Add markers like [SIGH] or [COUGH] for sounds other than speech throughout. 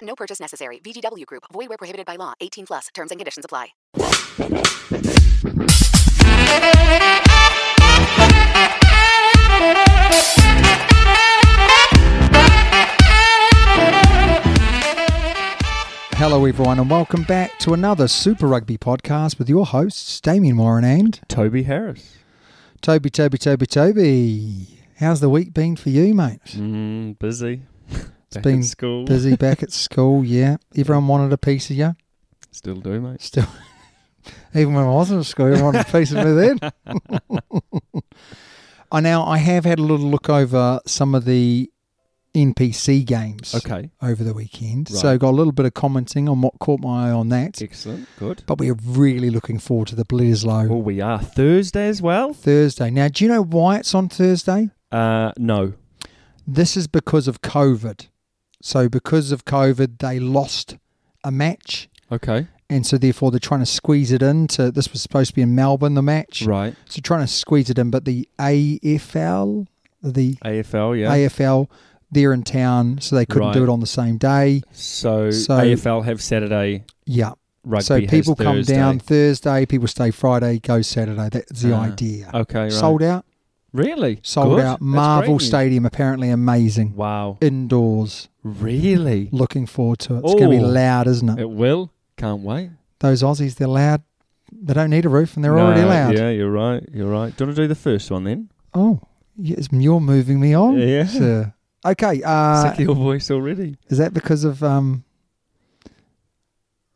No purchase necessary. VGW Group. Void where prohibited by law. 18 plus. Terms and conditions apply. Hello, everyone, and welcome back to another Super Rugby podcast with your hosts, Damien Warren and Toby Harris. Toby, Toby, Toby, Toby. How's the week been for you, mate? Mm, busy. Back been in school. Busy back at school, yeah. Everyone wanted a piece of you. Still do, mate. Still, [LAUGHS] even when I wasn't at school, everyone wanted a piece of me then. [LAUGHS] [LAUGHS] I now I have had a little look over some of the NPC games Okay. over the weekend, Right. so got a little bit of commenting on what caught my eye on that. Excellent. Good. But we are really looking forward to the Bledisloe Well, we are Thursday as well. Thursday. Now, do you know why it's on Thursday? Uh, no. This is because of COVID. So, because of COVID, they lost a match, Okay. and so therefore they're trying to squeeze it in. To this was supposed to be in Melbourne, the match. Right. So trying to squeeze it in, but the AFL, the AFL. Yeah. AFL, they're in town, so they couldn't do Right. it on the same day. so, So- AFL have Saturday Yeah. rugby. so has people come Thursday. down Thursday, people stay Friday, go Saturday. That's the Ah, idea. Okay. Right. Sold out, Really. sold Good. out. That's Marvel great news. Stadium, apparently amazing. Wow. Indoors. Really. Looking forward to it. It's going to be Oh. loud, isn't it? It will. Can't wait. Those Aussies, they're loud. They don't need a roof and they're No, already loud. Yeah, you're right. You're right. Do you want to do the first one then? Oh, yes, you're moving me on. Yeah. sir. Okay. Uh, Sick of your voice already. is that because of. um?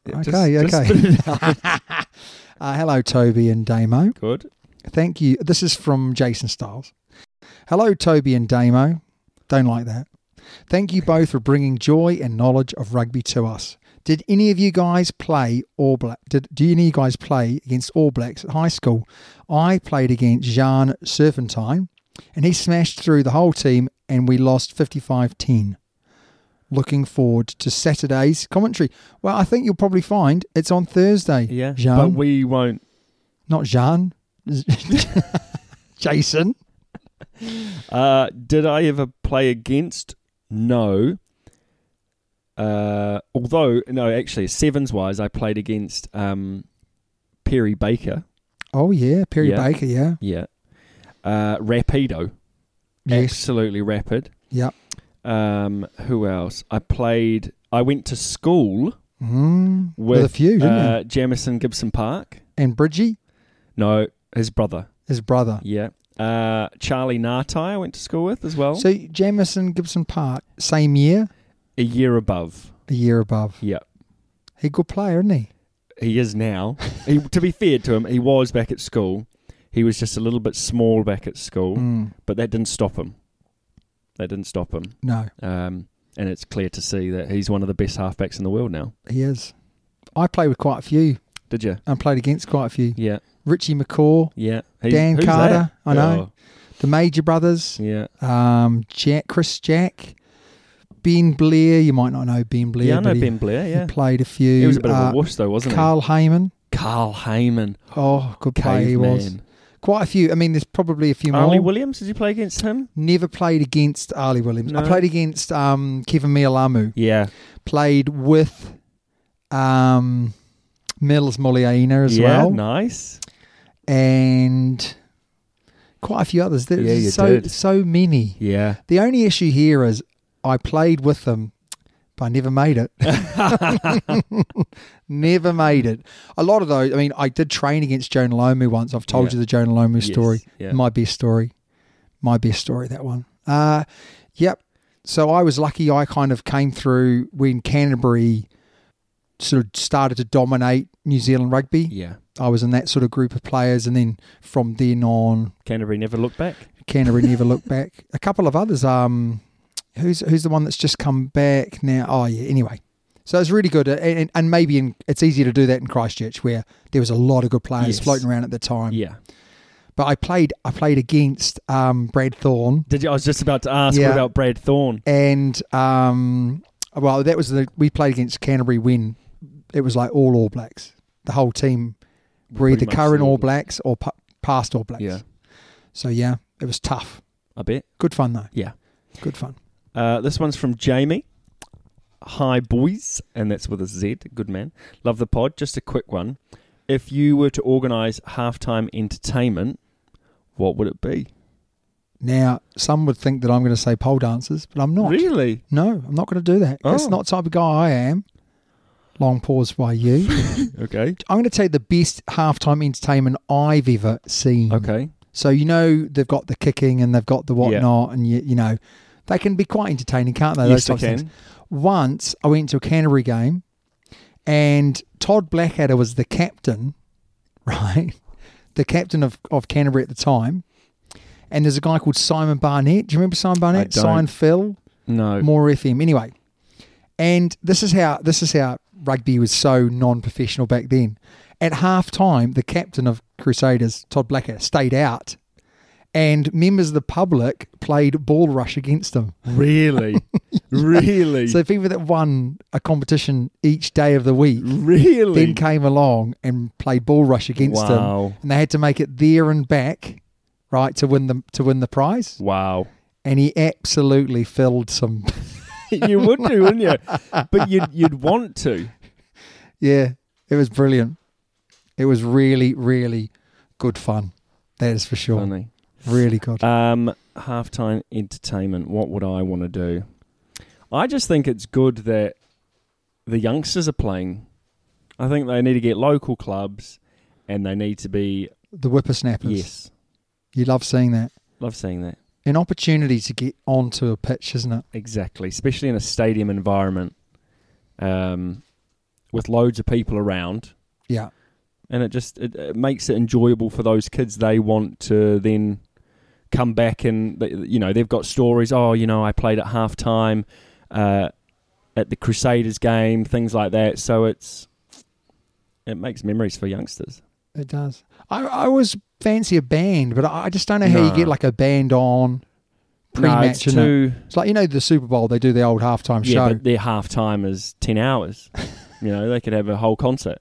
Yeah, just- okay, just okay. [LAUGHS] [LAUGHS] spit it out. Uh, hello, Toby and Damo. Good. Thank you. This is from Jason Stiles. Hello, Toby and Damo. Don't like that. Thank you both for bringing joy and knowledge of rugby to us. Did any of you guys play All Black? Did do any of you guys play against All Blacks at high school? I played against Jean Serpentine, and he smashed through the whole team, and we lost 55-10. Looking forward to Saturday's commentary. Well, I think you'll probably find it's on Thursday. Yeah. Jean But we won't not Jean, [LAUGHS] Jason. Uh, did I ever play against? No. Uh, although no, actually, sevens wise, I played against um, Perry Baker. Oh yeah, Perry Yeah. Baker. Yeah, Yeah. Uh, Rapido. yes, Absolutely rapid. yeah. Um, who else? I played. I went to school Mm. with, With, a few, didn't uh, he? Jamison Gibson Park. And Bridgie, No, his brother. his brother. Yeah. Uh, Charlie Nartai. I went to school with as well. So Jamison Gibson Park, same year, a year above. a year above. Yeah. He good player, isn't he? he is now. he, to be fair to him, he was back at school. He was just a little bit small back at school, Mm. but that didn't stop him. That didn't stop him. No, Um, and it's clear to see that he's one of the best halfbacks in the world now. he is. I played with quite a few Did you? and played against quite a few. Yeah, Richie McCaw, yeah. He- Dan who's Carter, that? I know. the Major Oh, Brothers, yeah. um, Jack, Chris Jack, Ben Blair. You might not know Ben Blair. yeah, I but know he, Ben Blair. he Yeah, played a few. he was a bit uh, of a wuss though, wasn't Carl Heyman. he? Carl Heyman, Oh, good player he was. caveman. Quite a few. I mean, there's probably a few Arlie more. Williams, did you play against him? Never played against Ali Williams. I No. played against um, Kevin Mialamu. Yeah, Played with um, Mills Molina as yeah, well. nice. And quite a few others. There's Yeah, you so, did. so many. Yeah, The only issue here is I played with them, but I never made [LAUGHS] it. never made it. A lot of those, I mean, I did train against Joan Lomu once. I've told Yeah. you the Joan Lomu Yes, story. yeah. My best story. My best story, that one. Uh, yep. So I was lucky I kind of came through when Canterbury sort of started to dominate New Zealand rugby. yeah. I was in that sort of group of players. And then from then on, Canterbury never looked back. Canterbury never looked back. A couple of others. Um, who's who's the one that's just come back now? Oh yeah. Anyway, so it's really good, and, and, and maybe in, it's easier to do that in Christchurch where there was a lot of good players Yes. floating around at the time. Yeah. But I played I played against um, Brad Thorne Did you? I was just about to ask Yeah. what about Brad Thorne. and um, well that was the we played against Canterbury when it was like all All Blacks. The whole team were Pretty either much current the All All Blacks or pa- past All Blacks. Yeah. So yeah, it was tough. I bet. Good fun though. Yeah. Good fun. Uh, this one's from Jamie. Hi, boys. And that's with a Z. Good man. Love the pod. Just a quick one. If you were to organise halftime entertainment, what would it be? Now, some would think that I'm going to say pole dancers, but I'm not. Really? No, I'm not going to do that. That's Oh. not the type of guy I am. Long pause by [LAUGHS] you. Okay. I'm going to tell you the best halftime entertainment I've ever seen. Okay. So, you know, they've got the kicking and they've got the whatnot, and you, you know, they can be quite entertaining, can't they? yes, those I types of can. things. Once I went to a Canterbury game and Todd Blackadder was the captain, [LAUGHS] right? The captain of, of Canterbury at the time. And there's a guy called Simon Barnett. Do you remember Simon Barnett? don't. Simon Phil, No. More FM. Anyway. And this is how this is how rugby was so non professional back then. At half time, the captain of Crusaders, Todd Blackadder, stayed out and members of the public played ball rush against him. [LAUGHS] [LAUGHS] Really? really? So people that won a competition each day of the week really? then came along and played ball rush against Wow. him, and they had to make it there and back, right, to win the to win the prize. [LAUGHS] wow. And he absolutely filled some. you would do, [LAUGHS] wouldn't you? But you'd, you'd want to. yeah, it was brilliant. It was really, really good fun. That is for sure. Funny. Really good. Um, halftime entertainment. What would I want to do? I just think it's good that the youngsters are playing. I think they need to get local clubs, and they need to be the whippersnappers. yes. You love seeing that. Love seeing that An opportunity to get onto a pitch, isn't it? exactly, especially in a stadium environment, um, with loads of people around, Yeah. and it just it, it makes it enjoyable for those kids. They want to then come back and they- you know they've got stories. Oh, you know, I played at half time uh, at the Crusaders game, things like that. So it's it makes memories for youngsters. It does. I, I always fancy a band, but I I just don't know how you No. get like a band on pre No, match. it's too it's like you know the Super Bowl, they do the old halftime yeah, show. but their half time is ten [LAUGHS] hours. you know, they could have a whole concert.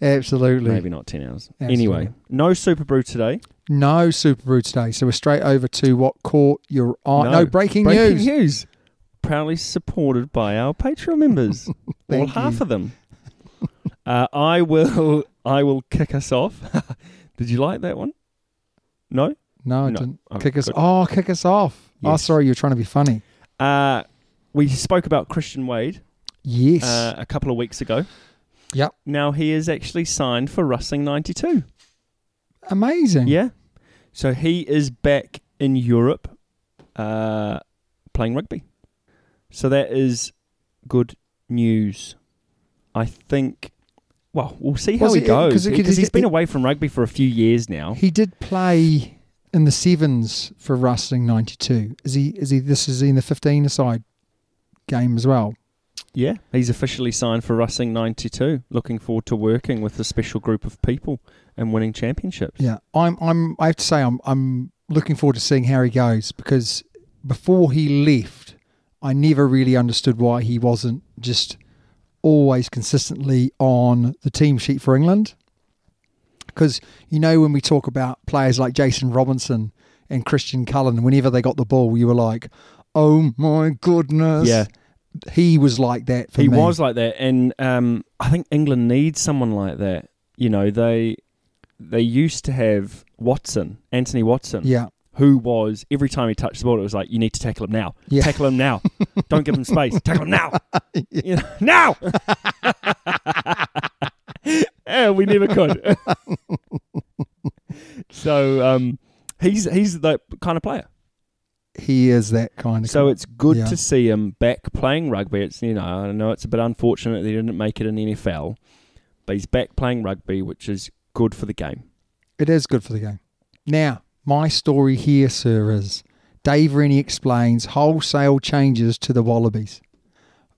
Absolutely. Maybe not ten hours. Absolutely. Anyway, no Super Brew today. No Super Brew today. So we're straight over to what caught your eye. Oh, No, breaking, news. Proudly supported by our Patreon members. All [LAUGHS] Thank half you. of them. Uh, I will. I will kick us off. [LAUGHS] Did you like that one? No. No, it No. didn't. Oh, kick us good. Oh, kick us off. Oh, Yes. sorry, you were trying to be funny. Uh, we spoke about Christian Wade Yes. uh, a couple of weeks ago. Yep. Now he is actually signed for Russing ninety two. Amazing. Yeah. So he is back in Europe uh, playing rugby. So that is good news. I think, well, we'll see how Was he it- uh, 'cause goes. it- Because it- he's been it- away from rugby for a few years now. He did play in the sevens for Rustling ninety two. Is he is he this is he in the fifteen aside game as well? Yeah. He's officially signed for Russing 92. Looking forward to working with a special group of people and winning championships. Yeah, I'm. I'm. I have to say, I'm. I'm looking forward to seeing how he goes because before he left, I never really understood why he wasn't just always consistently on the team sheet for England. Because, you know, when we talk about players like Jason Robinson and Christian Cullen, whenever they got the ball, you were like, oh my goodness. Yeah. He was like that for he me. was like that, and um, I think England needs someone like that. You know, they they used to have Watson, Anthony Watson, Yeah. who was every time he touched the ball, it was like you need to tackle him now, Yeah. tackle [LAUGHS] him now, don't give him space, tackle him now, You know, now. [LAUGHS] yeah, we never could. [LAUGHS] so um, he's he's that kind of player. He is that kind of So it's good Yeah. to see him back playing rugby. It's you know I know it's a bit unfortunate that he didn't make it in NFL, but he's back playing rugby, which is good for the game. It is good for the game. Now, my story here, sir, is Dave Rennie explains wholesale changes to the Wallabies.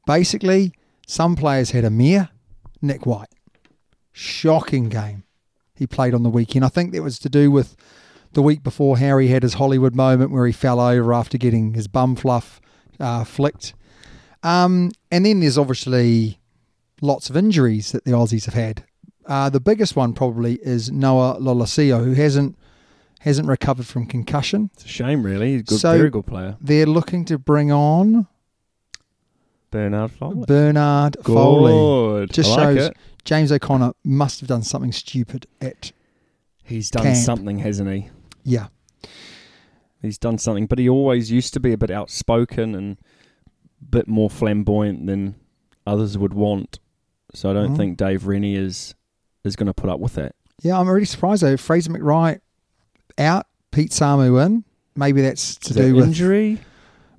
Basically, some players had a mere Nick White. Shocking game he played on the weekend. I think that was to do with the week before Harry had his Hollywood moment where he fell over after getting his bum fluff uh, flicked. Um, and then there's obviously lots of injuries that the Aussies have had. Uh, the biggest one probably is Noah Lolasio, who hasn't hasn't recovered from concussion. It's a shame, really. He's a good, So- very good player. They're looking to bring on Bernard Foley. Bernard Foley. Oh. Good. Just I like shows it. James O'Connor must have done something stupid at he's done camp. something, hasn't he? yeah. He's done something, but he always used to be a bit outspoken and a bit more flamboyant than others would want. So I don't Mhm. think Dave Rennie is is going to put up with that. Yeah, I'm really surprised though. Fraser McWright out, Pete Samu in. Maybe that's to Is that do with injury.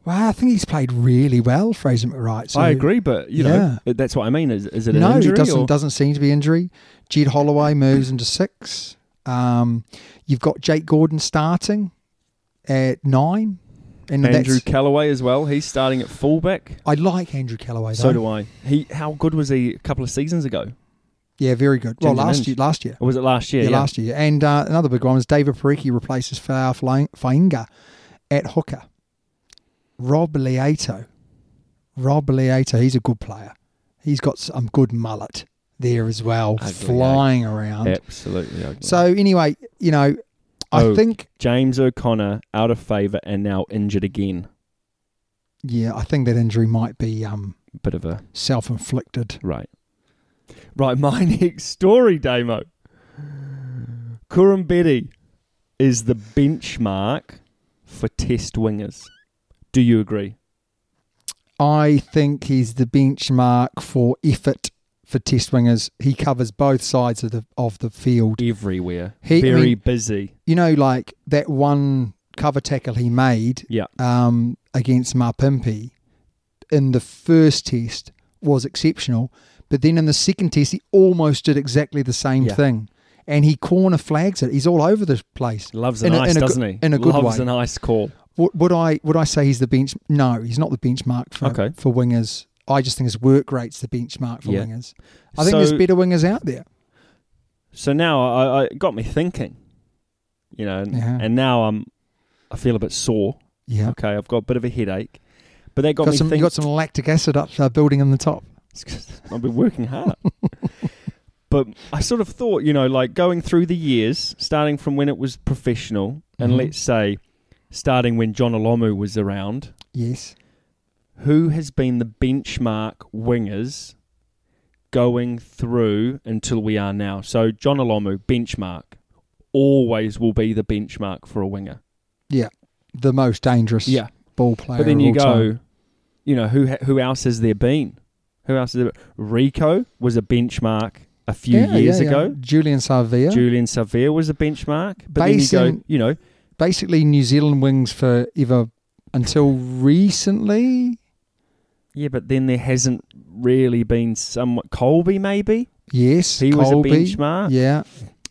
Well, I think he's played really well, Fraser McWright. So I agree, but you know that's what I mean. Is, is it an no, injury? it doesn't or- doesn't seem to be injury. Jed Holloway moves into six. Um, you've got Jake Gordon starting at nine, and Andrew that's, Callaway as well. He's starting at fullback. I like Andrew Callaway. So do I. He how good was he a couple of seasons ago? Yeah, very good. Ginger well, last Minge. year, last year, Or was it last year? yeah, last year, and uh, another big one was David Pariki replaces Fao Fla- Fainga at hooker. Rob Leato, Rob Leato, he's a good player. He's got some good mullet there as well, Ugly, eh? flying around. Absolutely. ugly. So anyway, you know, I Oh. think James O'Connor out of favour and now injured again. yeah, I think that injury might be um, Bit of a self-inflicted. right. Right, [LAUGHS] my next story, Damo. Kurambedi is the benchmark for test wingers. Do you agree? I think he's the benchmark for effort for test wingers. He covers both sides of the of the field. Everywhere. He- I Very mean- busy. You know, like that one cover tackle he made Yeah. um, against Marpimpi in the first test was exceptional, but then in the second test he almost did exactly the same Yeah. thing, and he corner flags it. He's all over the place. Loves In an a- ice, in a go- doesn't he? in a good Loves way. an ice call. Would, would I would I say he's the bench? No, he's not the benchmark for Okay. for wingers. I just think his work rate's the benchmark for Yeah. wingers. I think there's So- better wingers out there. So now I, I it got me thinking, you know, and, Yeah. and now I'm, I feel a bit sore. Yeah, Okay, I've got a bit of a headache, but that got, got me some you thinking. [LAUGHS] got some lactic acid up uh, building in the top. I've been [LAUGHS] working hard. but I sort of thought, you know, like going through the years, starting from when it was professional, and Mhm. let's say starting when John Olomu was around, Yes, who has been the benchmark wingers going through until we are now? So John Olomu, benchmark, always will be the benchmark for a winger. yeah, the most dangerous. Yeah. ball player. But then of you go, all time. you know, who ha- who else has there been? Who else has there Rico was a benchmark a few Yeah, years yeah, yeah. ago. Julian Sarvia. Julian Severe was a benchmark. But then you Basing- go, you know, Basically, New Zealand wings for ever until recently. yeah, but then there hasn't really been somewhat Colby maybe. Yes, He was a Colby. benchmark. Yeah,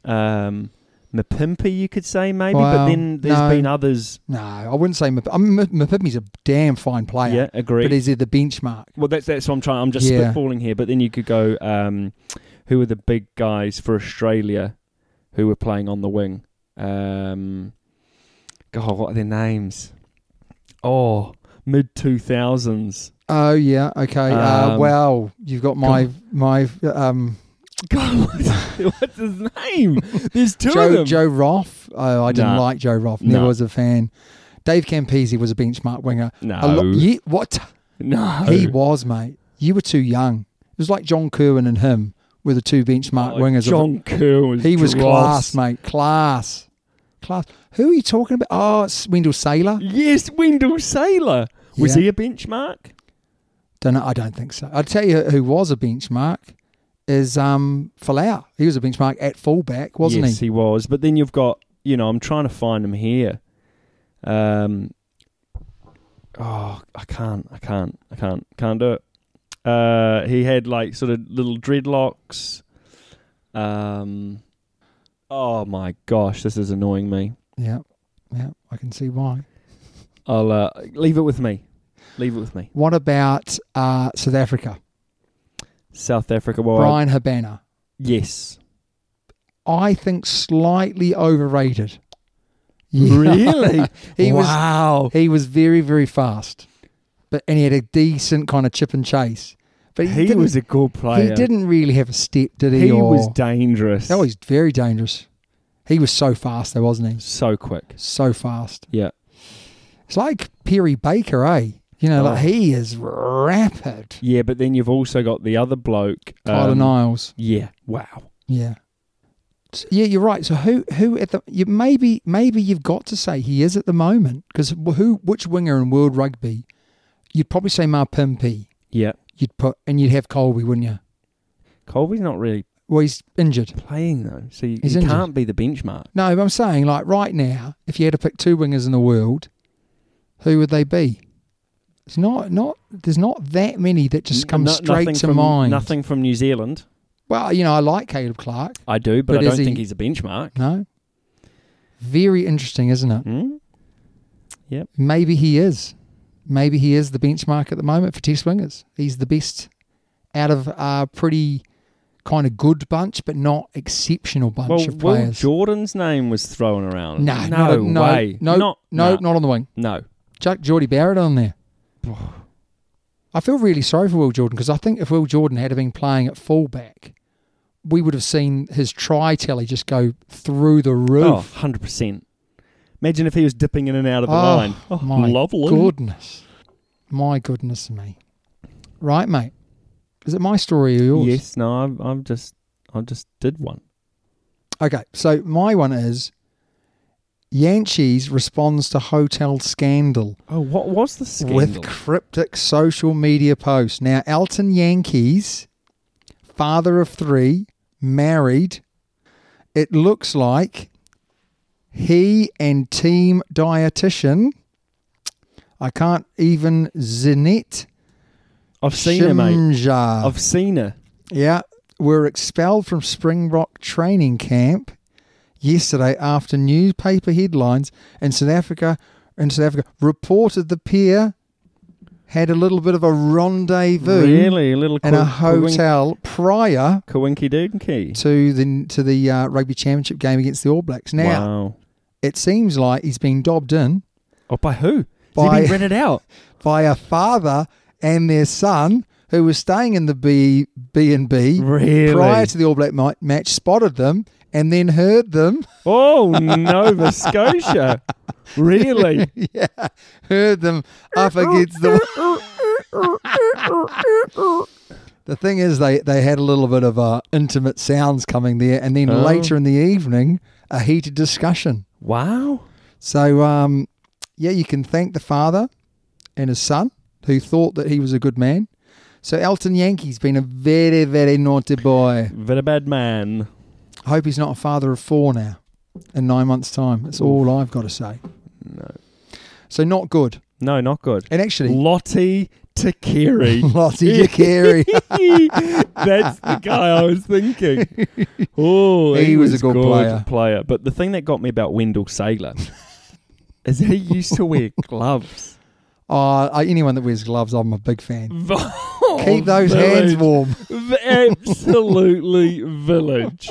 Um Mapimpi you could say maybe, but Well, then there's no. been others. no, I wouldn't say. Map- I mean, Map- Mapimi's a damn fine player. Yeah, Oh, agree. But is it the benchmark? well that's that's what I'm trying I'm just Yeah. spitballing here, but then you could go, um who are the big guys for Australia who were playing on the wing? Um God, what are their names? Oh, mid two thousands. [LAUGHS] Oh yeah, okay. uh, Um, well, you've got my my um, God, what's, what's his name? There's two of Joe them. Joe Roth. Oh, I didn't Nah. like Joe Roth. Never Nah. was a fan. Dave Campese was a benchmark winger. A No. lo- ye- what no, he was, mate. You were too young. It was like John Kerwin and him were the two benchmark Oh, wingers. of- John Kerr was he was dross. class, mate. Class, class. Who are you talking about? Oh, it's Wendell Sailor. Yes, Wendell Sailor. Was Yeah. he a benchmark? Don't know. I don't think so. I'll tell you who was a benchmark is um Falau. He was a benchmark at fullback, wasn't yes, he? was. But then you've got, you know, I'm trying to find him here. Um, oh, I can't, I can't, I can't, can't do it. Uh, he had like sort of little dreadlocks. Um, oh my gosh, this is annoying me. Yeah, yeah, I can see why. I'll uh, leave it with me. Leave it with me. What about uh, South Africa? South Africa. Well, I- Brian Habana. [LAUGHS] yes. I think slightly overrated. Really? he was wow. [LAUGHS] he was very very fast, but and he had a decent kind of chip and chase. But he, He, didn't, was a good player. He didn't really have a step, did he? He was or- dangerous. Oh, he's very dangerous. He was so fast, though, wasn't he? so quick. So fast. Yeah. It's like Perry Baker, eh? You know, like Oh. he is rapid. Yeah, but then you've also got the other bloke. Tyler um, Niles. Yeah. Wow. Yeah. S- Yeah, you're right. So who who at the you maybe maybe you've got to say he is at the moment because who which winger in world rugby you'd probably say Marpimpi Yeah. you'd put and you'd have Colby wouldn't you? Colby's not really Well, he's injured. playing though, so you, He's you injured. can't be the benchmark. No, but I'm saying like right now, if you had to pick two wingers in the world, who would they be? It's not not there's not that many that just come No- straight nothing to from, mind. Nothing from New Zealand. Well, you know I like Caleb Clark. I do, but, But I is don't he- think he's a benchmark. No. Very interesting, isn't it? Hmm? Yep. Maybe he is. Maybe he is the benchmark at the moment for test wingers. He's the best out of a pretty kind of good bunch, but not exceptional bunch Well, of Will players. Jordan's name was thrown around. no, no, no, no, way. no, not, no, nah. not on the wing. no. Jack Geordie Barrett on there. I feel really sorry for Will Jordan because I think if Will Jordan had been playing at fullback, we would have seen his try tally just go through the Oh, roof. 100%. Imagine if he was dipping in and out of the Oh, line. Oh, my [LAUGHS] lovely. goodness. My goodness me. Right, mate. Is it my story or yours? Yes, no, I'm, I'm just, I just did one. Okay, so my one is Yanchis responds to hotel scandal, Oh, what was the scandal? with cryptic social media post. Now, Elton Yankees, father of three, married. It looks like he and team dietitian. I can't even Zinette I've seen her, mate. Shimjar. I've seen her. Yeah, were expelled from Springbok training camp yesterday after newspaper headlines in South Africa in South Africa reported the pair had a little bit of a rendezvous Really, a little in a co- hotel prior Kawinky Dinky. to the to the uh, rugby championship game against the All Blacks. Now wow. it seems like he's been dobbed in Oh, by who? By- By Has he been rented out? by a father and their son who was staying in the B B and B Really? prior to the All Black mi- match, spotted them and then heard them, [LAUGHS] [LAUGHS] Oh, Nova Scotia. [LAUGHS] Really? yeah, heard them up against the. [LAUGHS] the thing is, they they had a little bit of uh, intimate sounds coming there, and then Oh. later in the evening, a heated discussion. Wow. So, um, yeah, you can thank the father and his son who thought that he was a good man. So Elton Yankee's been a very, very naughty boy. What a bad man. I hope he's not a father of four now in nine months' time. That's all I've got to say. No. So not good. No, not good. And actually, Lottie Takiri. [LAUGHS] Lottie [LAUGHS] Yakiri. That's the guy I [LAUGHS] was thinking. Oh, He was a good player. But the thing that got me about Wendell [LAUGHS] Sailor is he used to wear gloves. [LAUGHS] oh, I- anyone that wears gloves, I'm a big fan. Keep Keep those [LAUGHS] hands warm. Absolutely village.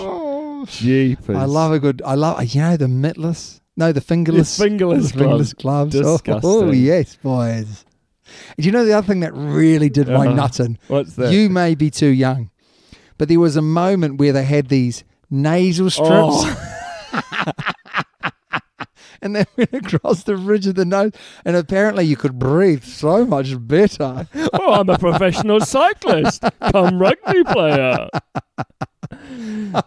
Jeepers. I love a good. I love you know the mittless. No, the fingerless. fingerless the fingerless gloves. gloves. Oh, oh, Disgusting. yes, boys. Do you know the other thing that really did my Uh-huh. nutting? What's that? You may be too young, but there was a moment where they had these nasal strips. Oh. [LAUGHS] [LAUGHS] and they went across the ridge of the nose, and apparently you could breathe so much [LAUGHS] better. oh, I'm a professional cyclist. Come rugby player.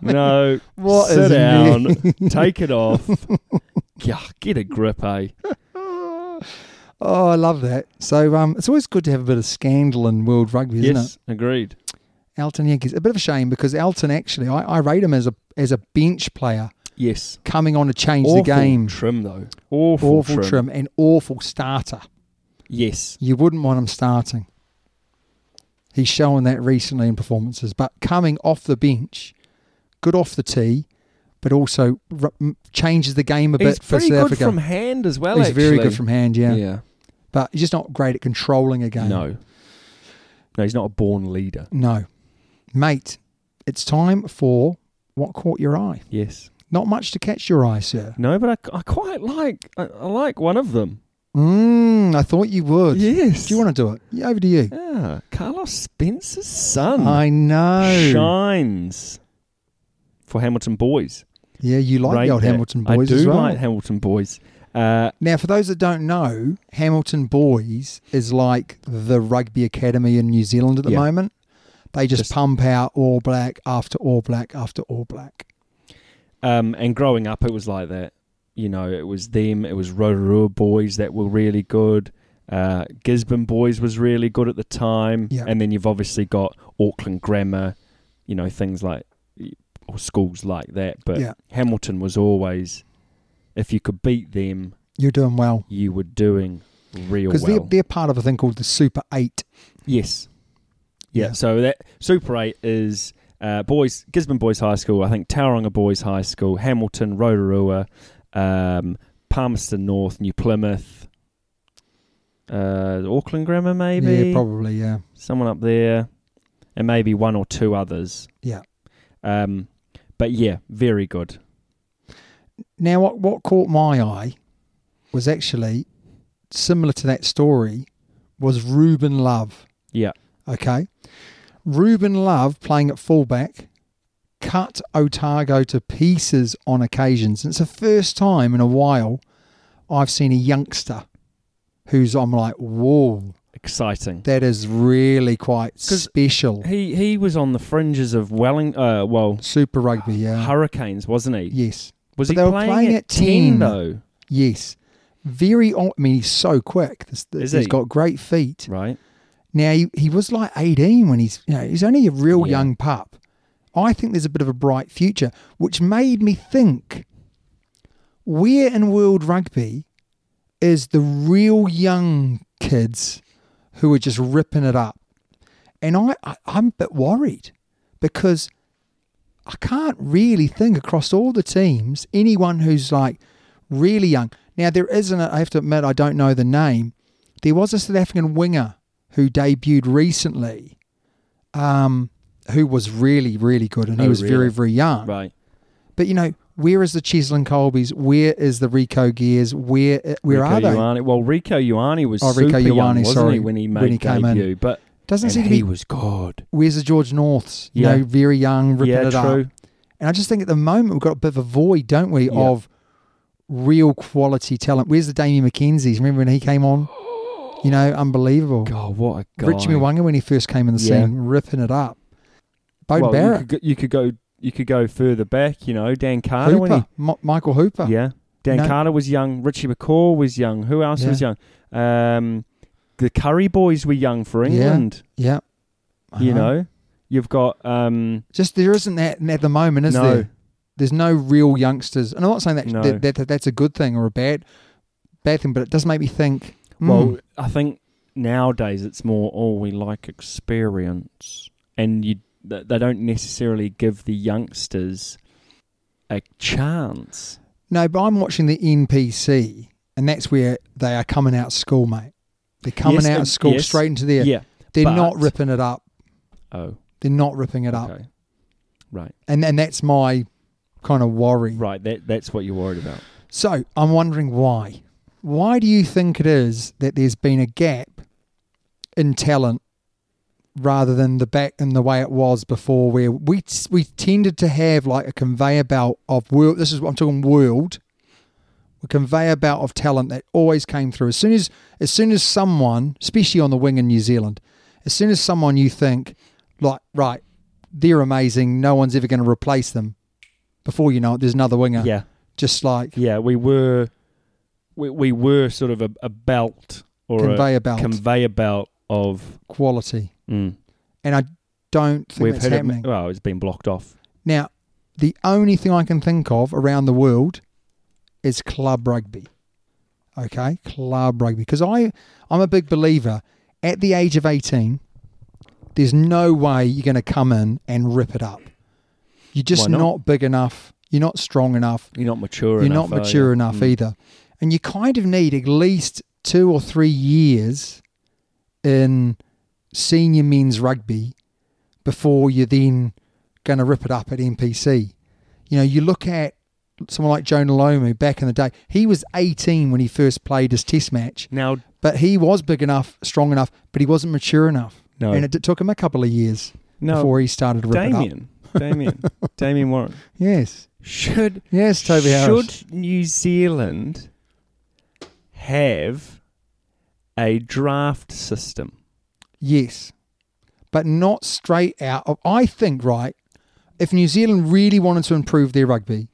No, What sit is down. [LAUGHS] Take it off. Yeah, get a grip, eh? Oh, I love that. So um, it's always good to have a bit of scandal in world rugby, isn't yes, agreed. it? Alton Yankees. A bit of a shame because Alton actually, I, I rate him as a as a bench player Yes, coming on to change the game. trim though. Awful, awful trim. and awful starter. Yes, You wouldn't want him starting. He's shown that recently in performances, but coming off the bench, good off the tee, but also r- m- changes the game a he's bit for pretty South good Africa. from hand as well. he's very actually. good from hand, yeah. Yeah. but he's just not great at controlling a game. No. No, he's not a born leader. no, mate, it's time for what caught your eye. Yes. Not much to catch your eye, sir. No, but I, I quite like I, I like one of them. Mm, I thought you would. Yes. Do you want to do it? Yeah, over to you. Yeah, Carlos Spencer's son I know. shines for Hamilton boys. Yeah, you like Rate the old that. Hamilton boys I do as well. like Hamilton boys. Uh, now, for those that don't know, Hamilton Boys is like the rugby academy in New Zealand at the Yeah. moment. They just, Just- pump out All Black after All Black after All Black. um, and growing up, it was like that. You know, it was them. It was Rotorua boys that were really good. Uh, Gisborne boys was really good at the time. Yeah. And then you've obviously got Auckland Grammar. You know, things like or schools like that. But Yeah. Hamilton was always, if you could beat them, You're doing well you were doing real well. because they're, they're part of a thing called the Super Eight. Yes. Yeah. So that Super Eight is uh, boys Gisborne Boys High School, I think Tauranga Boys High School, Hamilton, Rotorua, um, Palmerston North, New Plymouth, uh, Auckland Grammar, maybe yeah, probably, yeah, someone up there, and maybe one or two others. yeah. Um, but yeah, very good. Now, what what caught my eye was actually similar to that story was Ruben Love. Yeah. Okay. Ruben Love playing at fullback cut Otago to pieces on occasions. And it's the first time in a while I've seen a youngster who's I'm like, whoa, Exciting. that is really quite 'Cause special. He he was on the fringes of Welling. Uh, well, Super rugby, yeah. Hurricanes, wasn't he? yes. Was But he they were playing, playing at, at 10 10. though? Yes. Very on I mean he's so quick. This, Is he's he? got great feet. Right. Now he, he was like 18 when he's you know he's only a real Yeah. young pup. I think there's a bit of a bright future, which made me think where in world rugby is the real young kids who are just ripping it up? And I, I I'm a bit worried because I can't really think across all the teams anyone who's like really young. Now there isn't. I have to admit I don't know the name. There was a South African winger who debuted recently, um, who was really really good, and he Oh, was really? very very young. Right. But you know, where is the Cheslin Colbys? Where is the Rico Gears? Where uh, where Rico are they? Ioane- Well, Rico Ioane was Oh, Rico super young, Ioane, wasn't sorry, he, when he made when he came in. debut? But Doesn't and seem to he be. was good. Where's the George Norths? You Yeah. know, very young, ripping yeah, it true. up. And I just think at the moment we've got a bit of a void, don't we, Yeah. of real quality talent. Where's the Damien McKenzie's? Remember when he came on? You know, unbelievable. God, what a guy. Richie Mwanga when he first came in the Yeah. scene, ripping it up. Bowden well, you Barrett, could, go, you could go. You could go further back. You know, Dan Carter. When Hooper, he, Mo- Michael Hooper. yeah, Dan No. Carter was young. Richie McCaw was young. Who else was young? Um, the Curry boys were young for Yeah. Uh-huh. England. yeah. I You know, you've got um, just there isn't that at the moment, is No. there? There's no real youngsters, and I'm not saying that, No. that, that that's a good thing or a bad bad thing, but it does make me think. hmm, Well, I think nowadays it's more, oh, we like experience, and you th- they don't necessarily give the youngsters a chance. no, but I'm watching the NPC, and that's where they are coming out of school, mate. They're coming Yes, out uh, of school yes. straight into there. Yeah, They're but- not Oh. ripping it up. Oh, They're not ripping it up, okay, right, and and that's my kind of worry. right. That that's what you're worried about. So I'm wondering why. Why do you think it is that there's been a gap in talent rather than the back and the way it was before, where we we tended to have like a conveyor belt of world. This is what I'm talking world, a conveyor belt of talent that always came through. As soon as as soon as someone, especially on the wing in New Zealand, as soon as someone you think like right, they're amazing. No one's ever going to replace them. Before you know it, there's another winger. Yeah. just like Yeah, we were we, we were sort of a, a belt or Conveyor a belt. conveyor belt of quality, mm, and I don't think we've that's had happening. it. uh, Well, it's been blocked off. Now, the only thing I can think of around the world is club rugby. Okay, club rugby. Because I, I'm a big believer. At the age of 18, there's no way you're going to come in and rip it up. You're just Why not? not? big enough. You're not strong enough. You're not mature. You're enough, not are mature you? enough Mm. either. And you kind of need at least two or three years in senior men's rugby before you're then going to rip it up at NPC. You know, you look at someone like Jonah Lomu back in the day, he was 18 when he first played his test match, Now, but he was big enough, strong enough, but he wasn't mature enough. No. And it d- took him a couple of years No. before he started to rip it up. Damien, [LAUGHS] Damien, Damien Warren. Yes. Should Yes, Toby Harris. should New Zealand have a draft system? Yes, but not straight out. Of, I think right. If New Zealand really wanted to improve their rugby,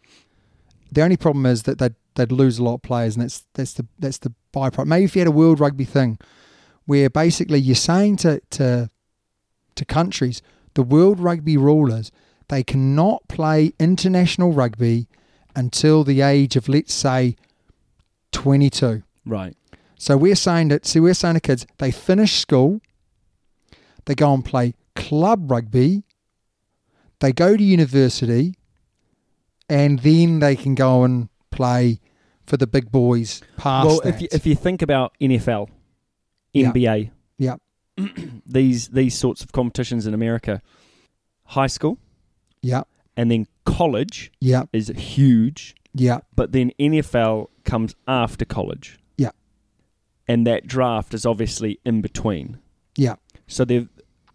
the only problem is that they'd they'd lose a lot of players, and that's that's the that's the byproduct. Maybe if you had a world rugby thing, where basically you're saying to to to countries, the world rugby rulers, they cannot play international rugby until the age of let's say twenty two. Right. So we're saying that see we're saying to kids they finish school, they go and play club rugby, they go to university, and then they can go and play for the big boys past well, that. if you, if you think about NFL, Yeah. NBA, yeah, these these sorts of competitions in America, high school yeah, and then college yeah, is huge, yeah, but then NFL comes after college, yeah, and that draft is obviously in between. yeah, So they've,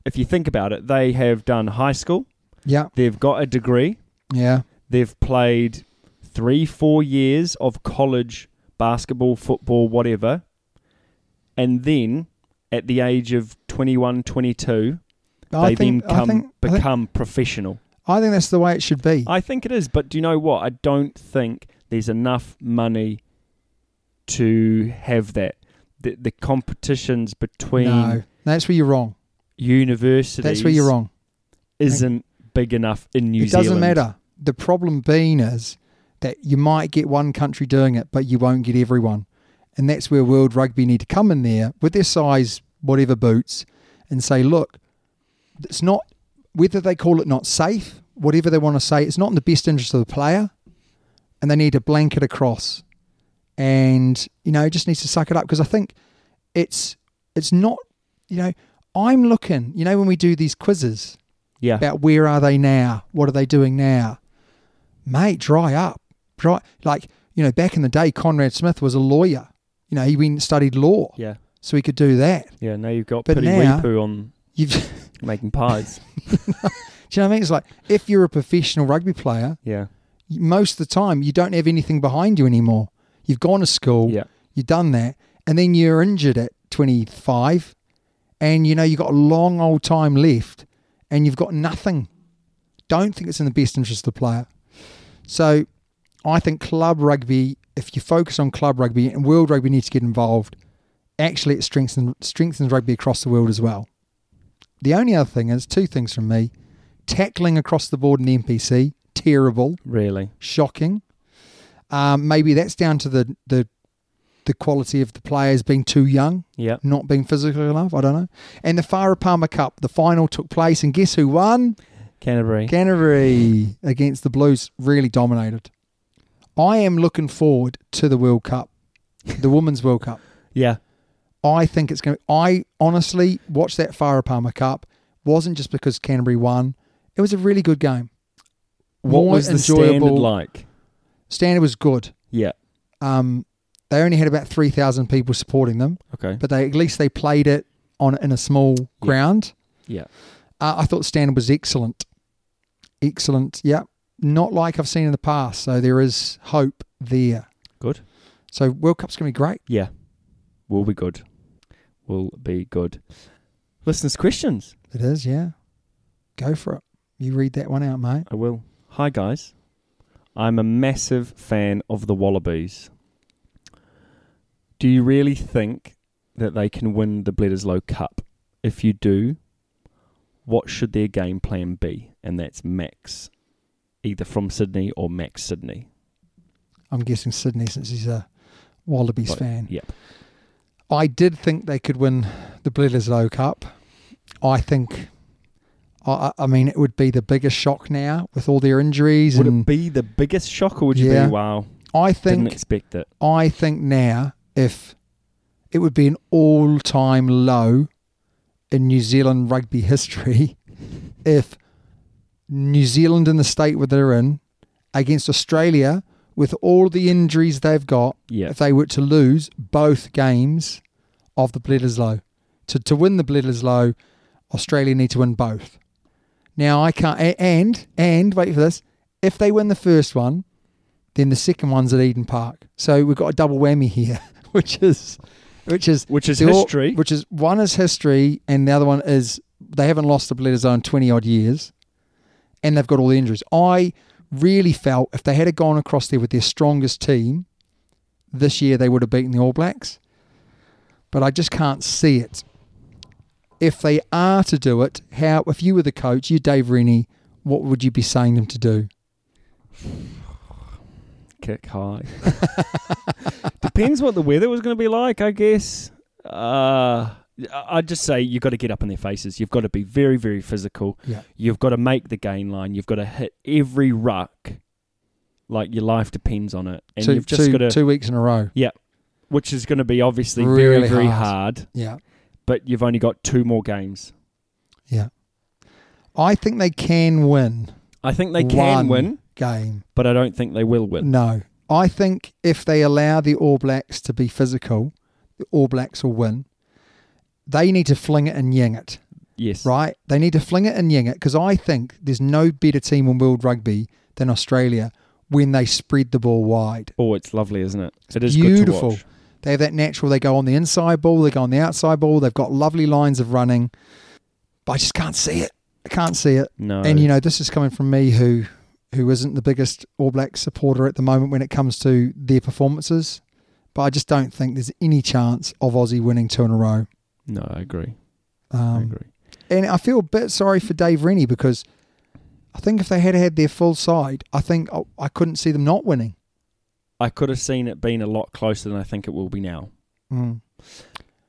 if you think about it, they have done high school, yeah, they've got a degree, yeah, they've played three, four years of college basketball, football, whatever, and then at the age of 21, 22, I they think, then come, I think, I think become professional. I think that's the way it should be. I think it is, but do you know what? I don't think there's enough money to have that. The, the competitions between no, that's where you're wrong. universities That's where you're wrong. isn't big enough in New it Zealand. doesn't matter. The problem being is that you might get one country doing it, but you won't get everyone. And that's where World Rugby need to come in there with their size, whatever boots, and say, look, it's not, whether they call it not safe, whatever they want to say, it's not in the best interest of the player. And they need to blanket across. And, you know, just needs to suck it up because I think it's it's not, you know, I'm looking, you know, when we do these quizzes, Yeah. about where are they now? What are they doing now? Mate, dry up. Dry, like, you know, back in the day, Conrad Smith was a lawyer. You know, he went and studied law. yeah. So he could do that. Yeah. Now you've got But Pity now- Weepoo on You've, [LAUGHS] do making [LAUGHS] pies. you know what I mean? It's like if you're a professional rugby player, yeah. you- most of the time you don't have anything behind you anymore. You've gone to school, Yeah. you've done that, and then you're injured at 25, and you know you've got a long old time left, and you've got nothing. Don't think it's in the best interest of the player. So, I think club rugby. If you focus on club rugby and world rugby, needs to get involved. Actually, it strengthens strengthens rugby across the world as well. The only other thing is two things from me: tackling across the board in the NPC, terrible Really. shocking. Um, maybe that's down to the, the the quality of the players being too young, Yeah. not being physical enough. I don't know. And the Farah Palmer Cup, the final took place, and guess who won? Canterbury. Canterbury against the Blues, really dominated. I am looking forward to the World Cup, the Women's World Cup. yeah. I think it's going to. I honestly watched that Farah Palmer Cup. Wasn't just because Canterbury won. It was a really good game. What More was the standard enjoyable- like? Standard was good. Yeah. um, they only had about 3,000 people supporting them, Okay. but they at least they played it on in a small ground. Yeah. Uh, I thought standard was excellent. Excellent. Yeah. Not like I've seen in the past. So there is hope there. Good. So World Cup's going to be great. Yeah. Will be good. Will be good. Listeners' questions. It is, yeah. Go for it. You read that one out, mate. I will. Hi, guys. I'm a massive fan of the Wallabies. Do you really think that they can win the Bledisloe Cup? If you do, what should their game plan be? And that's Max, either from Sydney or Max Sydney. I'm guessing Sydney since he's a Wallabies Right. fan. Yep. I did think they could win the Bledisloe Cup. I think, I, I- I mean, it would be the biggest shock now with all their injuries. Would and it be the biggest shock, or would you Yeah. be wow? I Didn't think, expect it. I think now if it would be an all-time low in New Zealand rugby history [LAUGHS] if New Zealand in the state where they're in against Australia with all the injuries they've got, Yeah. if they were to lose both games of the Bledisloe. To, to win the Bledisloe, Australia need to win both. Now I can't a- and and wait for this. If they win the first one, then the second one's at Eden Park. So we've got a double whammy here, [LAUGHS] which is which is Which is they're all- history. which is one is history, and the other one is they haven't lost the Bledisloe in twenty odd years, and they've got all the injuries. I really felt if they had gone across there with their strongest team this year, they would have beaten the All Blacks. But I just can't see it. If they are to do it, how? If you were the coach, you Dave Rennie, what would you be saying them to do? kick high. [LAUGHS] Depends what the weather was going to be like, I guess. Uh, I- I'd just say you've got to get up in their faces. You've got to be very, very physical. Yeah. You've got to make the gain line. You've got to hit every ruck like your life depends on it. And two, you've just two- got to, two weeks in a row. yeah, which is going to be obviously Really very, very hard. hard. Yeah, but you've only got two more games. yeah. I think they can win. I think they one can win, game. but I don't think they will win. No, I think if they allow the All Blacks to be physical, the All Blacks will win. They need to fling it and yang it, Yes. right? They need to fling it and yang it because I think there's no better team in world rugby than Australia when they spread the ball wide. Oh, it's lovely, isn't it? It is Beautiful. Good to watch. They have that natural. They go on the inside ball. They go on the outside ball. They've got lovely lines of running, but I just can't see it. I can't see it. No. And you know, this is coming from me who who isn't the biggest All Black supporter at the moment when it comes to their performances. But I just don't think there's any chance of Aussie winning two in a row. No, I agree. I Um, agree. and I feel a bit sorry for Dave Rennie because I think if they had had their full side, I think I, I couldn't see them not winning. I could have seen it being a lot closer than I think it will be now. Mm.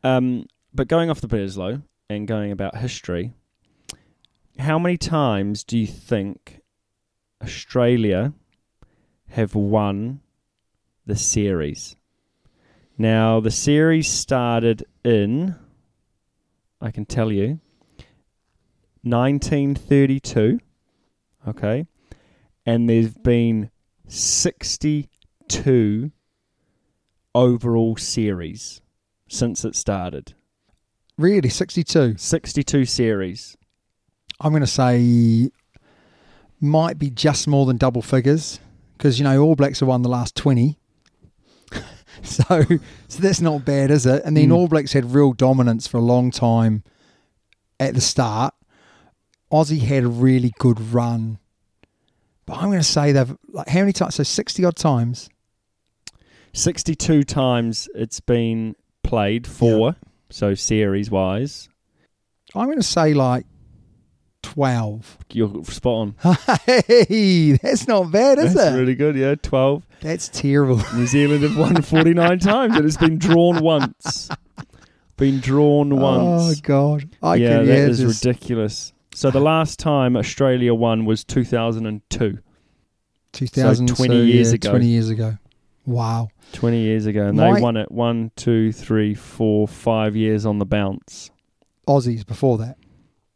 Um, but going off the Bledisloe and going about history, how many times do you think Australia have won the series? Now, the series started in, I can tell you, 1932. Okay. And there's been 62 overall series since it started. Really, 62. 62 series. I'm going to say might be just more than double figures because you know All Blacks have won the last twenty, [LAUGHS] so so that's not bad, is it? And Hmm. then All Blacks had real dominance for a long time at the start. Aussie had a really good run, but I'm going to say they've like how many times? So sixty odd times. 62 times it's been played for, so series wise. I'm going to say like twelve. [LAUGHS] You're spot on. Hey, that's not bad, is That's it? really good, yeah. 12. that's terrible. New Zealand have won [LAUGHS] 49 times and it's been drawn once. Been drawn Oh once. God, I yeah, can, that is just- ridiculous. So the last time Australia won was 2002, 2000 So 20 years ago. 20 years ago. Wow. 20 years ago, and My- they won it one, two, three, four, five years on the bounce. Aussies before that.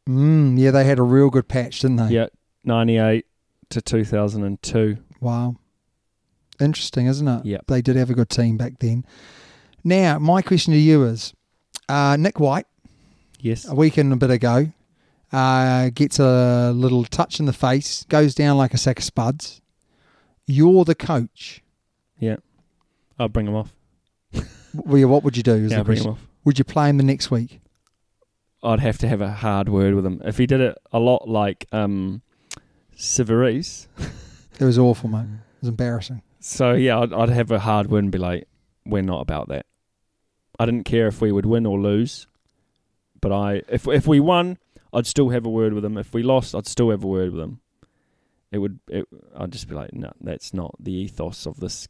Mm, yeah, they had a real good patch, didn't they? Yeah, 98 to 2002. Wow. Interesting, isn't it? Yep. They did have a good team back then. Now, my question to you is uh, Nick White Yes. a week and a bit ago, uh, gets a little touch in the face, goes down like a sack of spuds. You're the coach. Yeah. I'll bring him off. Well, yeah, What would you do? Is Yeah, the I'll bring him question. off. Would you play him the next week? I'd have to have a hard word with him. If he did it a lot like um, Severis, It was awful, mate. It was embarrassing. so yeah, I'd, I'd have a hard word and be like, "We're not about that." I didn't care if we would win or lose, but I if if we won, I'd still have a word with him. If we lost, I'd still have a word with him. It would. It, I'd just be like, "No, that's not the ethos of this,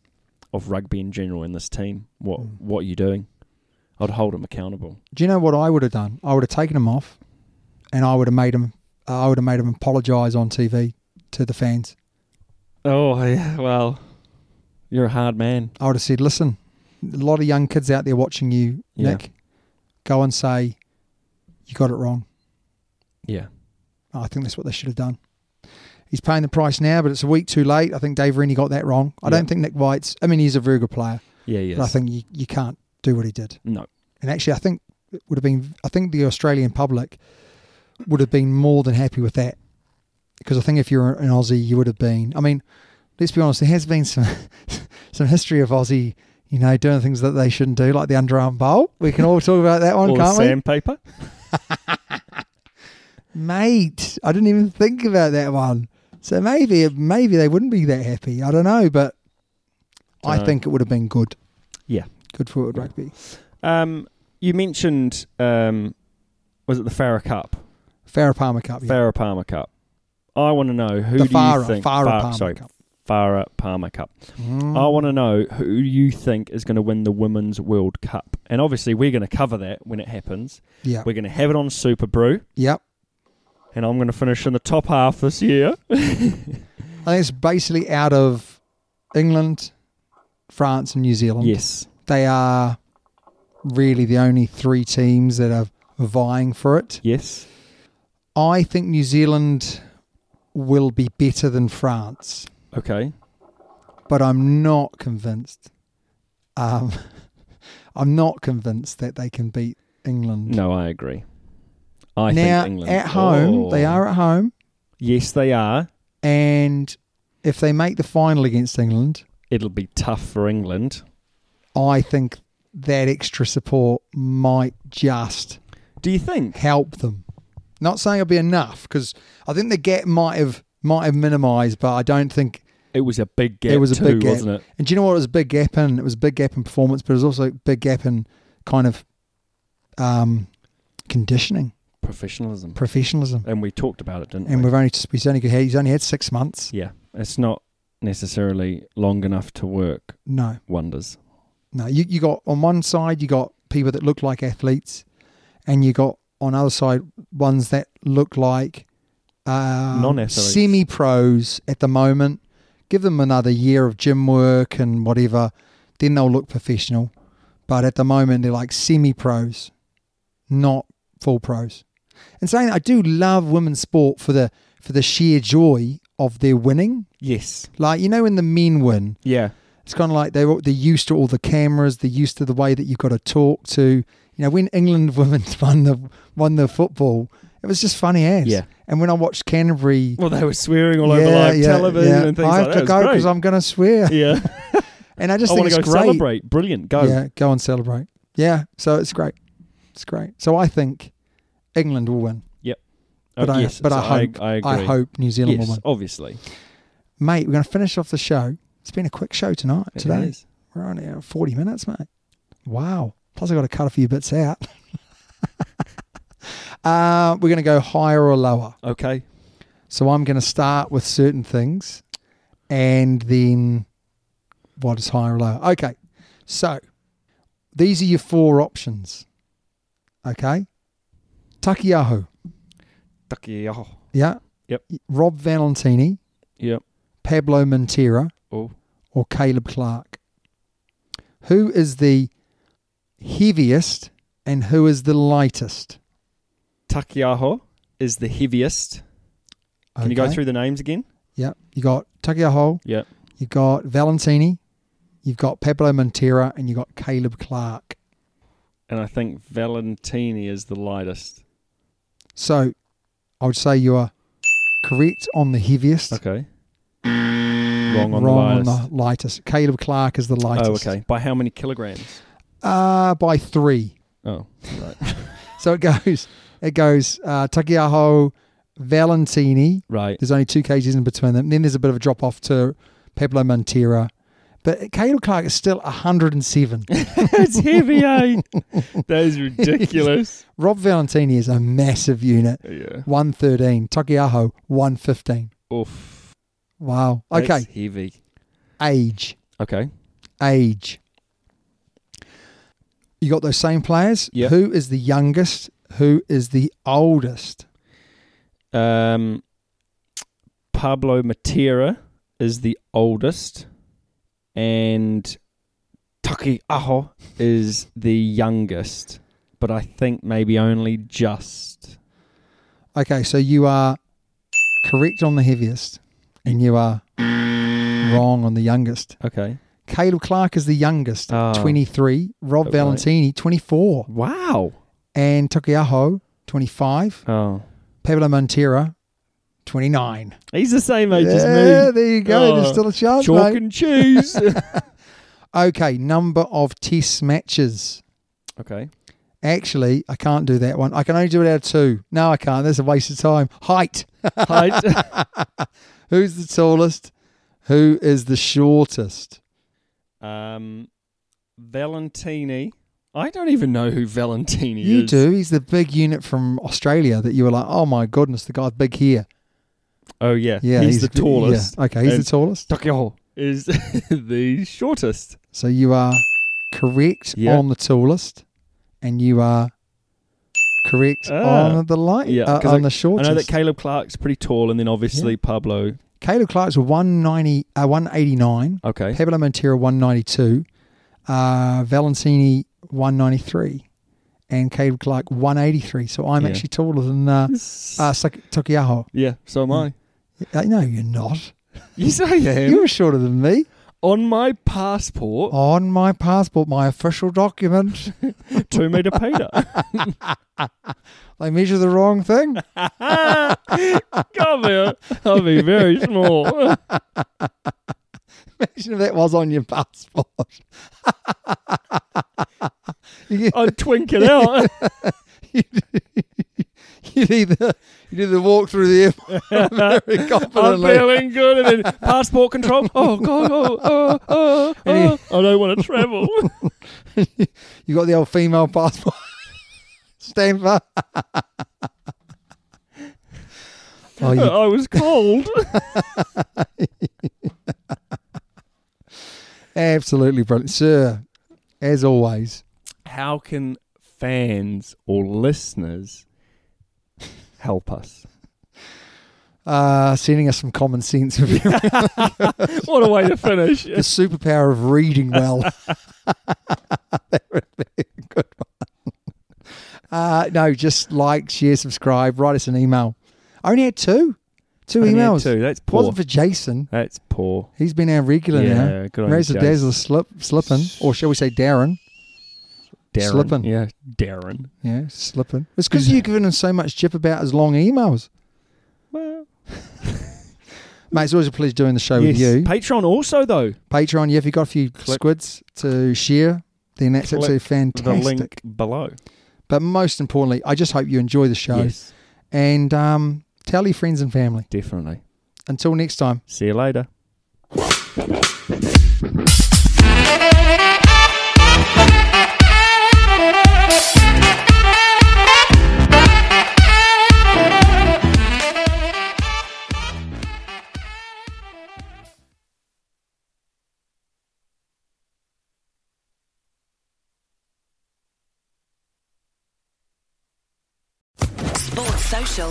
of rugby in general in this team. What Mm. what are you doing?" I'd hold him accountable. Do you know what I would have done? I would have taken him off, and I would have made him. I would have made him apologise on TV to the fans. Oh yeah, well, you're a hard man. I would have said, "Listen, a lot of young kids out there watching you, Yeah. Nick. Go and say you got it wrong." Yeah. I think that's what they should have done. He's paying the price now, but it's a week too late. I think Dave Rennie got that wrong. I don't Yeah. think Nick White's. I mean, he's a very good player, Yeah, yes. but I think you, you can't do what he did. no. And actually, I think it would have been. I think the Australian public would have been more than happy with that, because I think if you're an Aussie, you would have been. I mean, let's be honest. There has been some [LAUGHS] some history of Aussie, you know, doing things that they shouldn't do, like the underarm bowl. We can all talk about that one, Or can't we? sandpaper. mate, I didn't even think about that one. So maybe, maybe they wouldn't be that happy. I don't know, but I Dunno. think it would have been good. Yeah. good for Wood rugby. Um, you mentioned um, was it the Farah Cup, Farah Palmer Cup, yeah. Farah Palmer Cup? I want to know who the do Farah, you think? Farah Farah- Palmer sorry, Cup. Farah Palmer Cup. Mm. I want to know who you think is going to win the Women's World Cup, and obviously we're going to cover that when it happens. Yeah, We're going to have it on Super Brew, yep. and I'm going to finish in the top half [LAUGHS] this year. I think it's basically out of England, France, and New Zealand. yes, they are really the only three teams that are vying for it. yes. I think New Zealand will be better than France. Okay. but I'm not convinced. Um, [LAUGHS] I'm not convinced that they can beat England. No, I agree. I now think England at home Oh. they are at home, Yes, they are. and if they make the final against England, It'll be tough for England. I think that extra support might just Do you think? help them. Not saying it'll be enough because I think the gap might have might have minimised, but I don't think It was a big gap. it was a too, big gap. wasn't it? And do you know what it was a big gap in? It was a big gap in performance, but it was also a big gap in kind of um, conditioning, Professionalism. professionalism. and we talked about it, didn't And we? we've only just, he's only he's only had six months. yeah, it's not necessarily long enough to work No, wonders. no. You you got on one side you got people that look like athletes, and you got on other side ones that look like um, Non-athletes. semi pros at the moment. Give them another year of gym work and whatever, then they'll look professional. But at the moment, they're like semi pros, not full pros. And saying that, I do love women's sport for the for the sheer joy of their winning. Yes. Like you know, when the men win, Yeah. it's kind of like they're they're used to all the cameras. They're used to the way that you've got to talk to. You know, when England [LAUGHS] women won the won the football, it was just funny ass. Yeah. And when I watched Canterbury, Well, they were swearing all yeah, over live yeah, television yeah. and things I have like to that. go It was because great. I'm going to swear. [LAUGHS] [LAUGHS] yeah. And I just I think want to it's go great. celebrate. Brilliant. Go. Yeah, go and celebrate. Yeah, so it's great. It's great. So I think England will win, Oh, but I yes, but so I hope I, agree. hope New Zealand yes, will win. obviously. Mate, we're going to finish off the show. It's been a quick show tonight. It today. is. We're on here 40 minutes, mate. Wow. Plus, I got to cut a few bits out. [LAUGHS] uh, we're going to go higher or lower. Okay. So I'm going to start with certain things and then what is higher or lower. Okay. So these are your four options. Okay. Takiyahu. Ducky. Oh. Yeah. Yep. Rob Valentini, Yep. Pablo Montera, Oh. or Caleb Clark? Who is the heaviest and who is the lightest? Takiaho is the heaviest. Can you go Okay. through the names again? Yep. You got Takiaho, Yep. you got Valentini, you've got Pablo Montera, and you got Caleb Clark. And I think Valentini is the lightest. So I would say you are correct on the heaviest. Okay. Wrong wrong on the on lightest. the lightest. Caleb Clark is the oh, lightest. okay. By how many kilograms? Uh, by three. Oh, right. So it goes. It goes. Uh, Takiaho Valentini. right. There's only two kgs in between them. Then there's a bit of a drop off to Pablo Montera. But Caleb Clark is still 107. That's [LAUGHS] heavy, eh? That is ridiculous. Rob Valentini is a massive unit. yeah. 113. Takiaho, 115. Oof. Wow. Okay. That's heavy. Age. Okay. Age. You got those same players? Yeah. Who is the youngest? Who is the oldest? Um, Pablo Matera is the oldest, and Taki Aho is the youngest, but I think maybe only just. Okay, so you are correct on the heaviest, and you are wrong on the youngest. Okay. Caleb Clark is the youngest, Oh. 23. Rob Oh, right. Valentini, 24. Wow. And Takiaho, 25. Oh. Pablo Montera, 29. He's the same age as me. yeah, there you go. There's Oh, still a chance, Chalk mate. and cheese. [LAUGHS] Okay, number of test matches. okay. Actually, I can't do that one. I can only do it out of two. No, I can't. That's a waste of time. Height. Height. [LAUGHS] Who's the tallest? Who is the shortest? um, Valentini. I don't even know who Valentini You is. do. He's the big unit from Australia that you were like, oh my goodness, the guy's big here. Oh yeah. Yeah, He's, the tallest. yeah. Okay, he's And the tallest. Takeo is [LAUGHS] the shortest. So you are correct Yeah. on the tallest, and you are correct Ah, on the light Yeah, uh, 'cause on I, the shortest. I know that Caleb Clark's pretty tall, and then obviously Pablo. Caleb Clark's one ninety, uh, one eighty nine. Okay, Pablo Montero one ninety two, uh, Valentini one ninety three, and Caleb Clark one eighty three. So I'm Yeah. actually taller than [LAUGHS] uh, uh, Sak- Takiaho. yeah, so am I. Uh, no, you're not. [LAUGHS] Yes, I am. You were shorter than me. On my passport, On my passport, my official [LAUGHS] document, two [LAUGHS] meter Peter. they measure the wrong thing. Come here, I'll be very [LAUGHS] small. Imagine if that was on your passport. [LAUGHS] you, I'd twink it out. you'd either you'd either walk through the airport very I'm confidently. feeling good, and [LAUGHS] then passport control. Oh god, oh, oh, oh, oh. I don't want to [LAUGHS] travel. [LAUGHS] You got the old female passport [LAUGHS] stamper. [LAUGHS] oh, [LAUGHS] you, I was cold. absolutely brilliant, sir. As always, How can fans or listeners help us? uh, sending us some common sense would be the What a way to finish. superpower of reading well. [LAUGHS] that would be a good one. Uh, no, just like, share, subscribe, write us an email. I only had two, two Only had emails. two, that's poor. Wasn't for Jason. That's poor. He's been our regular Yeah, now. good on you, Razor Jason. Dazzler slip, slipping, or shall we say Darren? Darren. Slipping. Yeah, Darren. Yeah, slipping. It's because you've given him so much jip about his long emails. Well, Mate, it's always a pleasure doing the show yes. with you. Patreon also, though. Patreon, yeah, if you've got a few Click. squids to share, then that's Click absolutely The link fantastic. below. But most importantly, I just hope you enjoy the show Yes, and um, tell your friends and family. definitely. Until next time. See you later. Sports Social